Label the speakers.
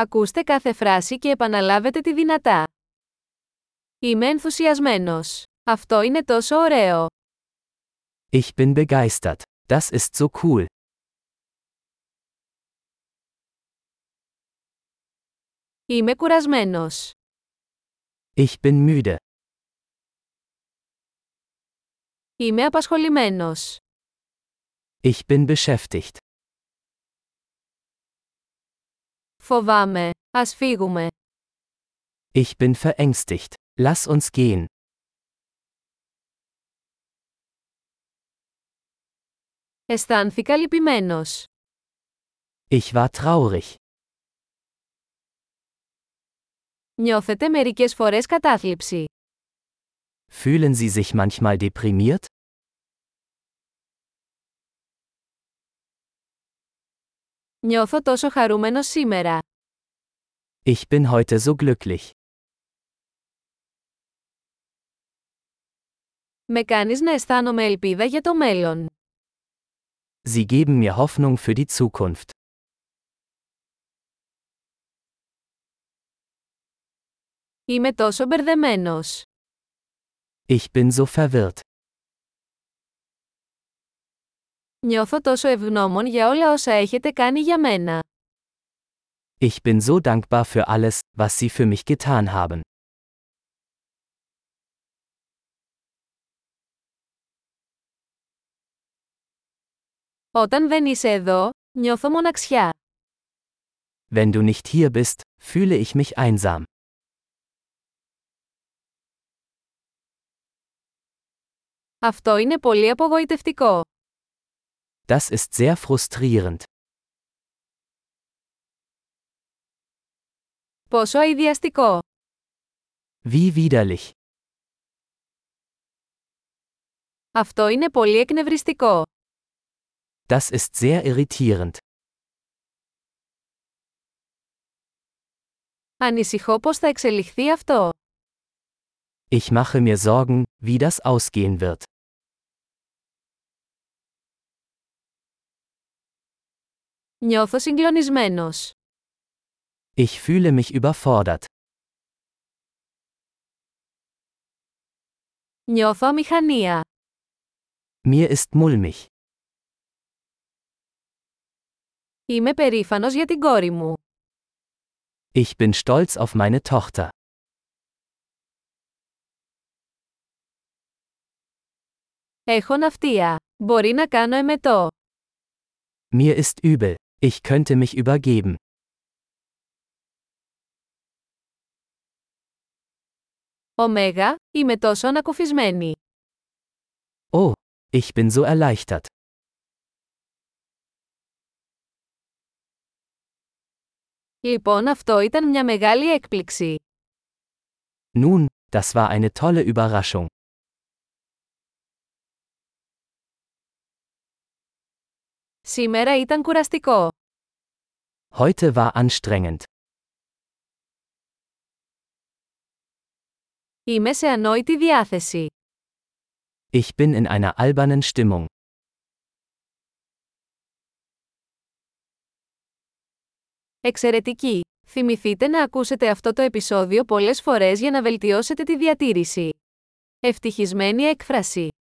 Speaker 1: Ακούστε κάθε φράση και επαναλάβετε τη δυνατά. Είμαι ενθουσιασμένος. Αυτό είναι τόσο ωραίο.
Speaker 2: Ich bin begeistert. Das ist so cool.
Speaker 1: Είμαι κουρασμένος.
Speaker 2: Ich bin müde.
Speaker 1: Είμαι απασχολημένος.
Speaker 2: Ich bin beschäftigt.
Speaker 1: Φοβάμαι. Ας φύγουμε.
Speaker 2: Ich bin verängstigt. Lass uns gehen.
Speaker 1: Αισθάνθηκα λυπημένος.
Speaker 2: Ich war traurig.
Speaker 1: Νιώθετε μερικές φορές κατάθλιψη.
Speaker 2: Fühlen Sie sich manchmal deprimiert?
Speaker 1: Νιώθω τόσο χαρούμενος σήμερα.
Speaker 2: Ich bin heute so glücklich.
Speaker 1: Με κάνεις να αισθάνομαι ελπίδα για το μέλλον.
Speaker 2: Sie geben mir Hoffnung für die Zukunft.
Speaker 1: Είμαι τόσο μπερδεμένος.
Speaker 2: Ich bin so verwirrt.
Speaker 1: Νιώθω τόσο ευγνώμων για όλα όσα έχετε κάνει για μένα.
Speaker 2: Ich bin so dankbar für alles, was Sie für mich getan haben.
Speaker 1: Όταν δεν είσαι εδώ, νιώθω μοναξιά.
Speaker 2: Wenn du nicht hier bist, fühle ich mich einsam.
Speaker 1: Αυτό είναι πολύ απογοητευτικό.
Speaker 2: Das ist sehr frustrierend.
Speaker 1: Πόσο αειδιαστικό.
Speaker 2: Wie widerlich.
Speaker 1: Αυτό είναι πολύ εκνευριστικό.
Speaker 2: Das ist sehr irritierend.
Speaker 1: Ανησυχώ πώς θα εξελιχθεί αυτό.
Speaker 2: Ich mache mir Sorgen, wie das ausgehen wird.
Speaker 1: Νιώθω συγκλονισμένος.
Speaker 2: Ich fühle mich überfordert.
Speaker 1: Νιώθω αμηχανία.
Speaker 2: Mir ist mulmig.
Speaker 1: Είμαι περήφανος για την κόρη μου.
Speaker 2: Ich bin stolz auf meine Tochter.
Speaker 1: Έχω ναυτία. Μπορεί να κάνω εμετό.
Speaker 2: Mir ist übel. Ich könnte mich übergeben.
Speaker 1: Ωμέγα, είμαι τόσο ανακουφισμένη.
Speaker 2: Oh, ich bin so erleichtert.
Speaker 1: Λοιπόν αυτό ήταν μια μεγάλη έκπληξη.
Speaker 2: Nun, das war eine tolle Überraschung.
Speaker 1: Σήμερα ήταν κουραστικό.
Speaker 2: Heute war anstrengend.
Speaker 1: Είμαι σε ανόητη διάθεση.
Speaker 2: Ich bin in einer albernen Stimmung.
Speaker 1: Εξαιρετική! Θυμηθείτε να ακούσετε αυτό το επεισόδιο πολλές φορές για να βελτιώσετε τη διατήρηση. Ευτυχισμένη έκφραση!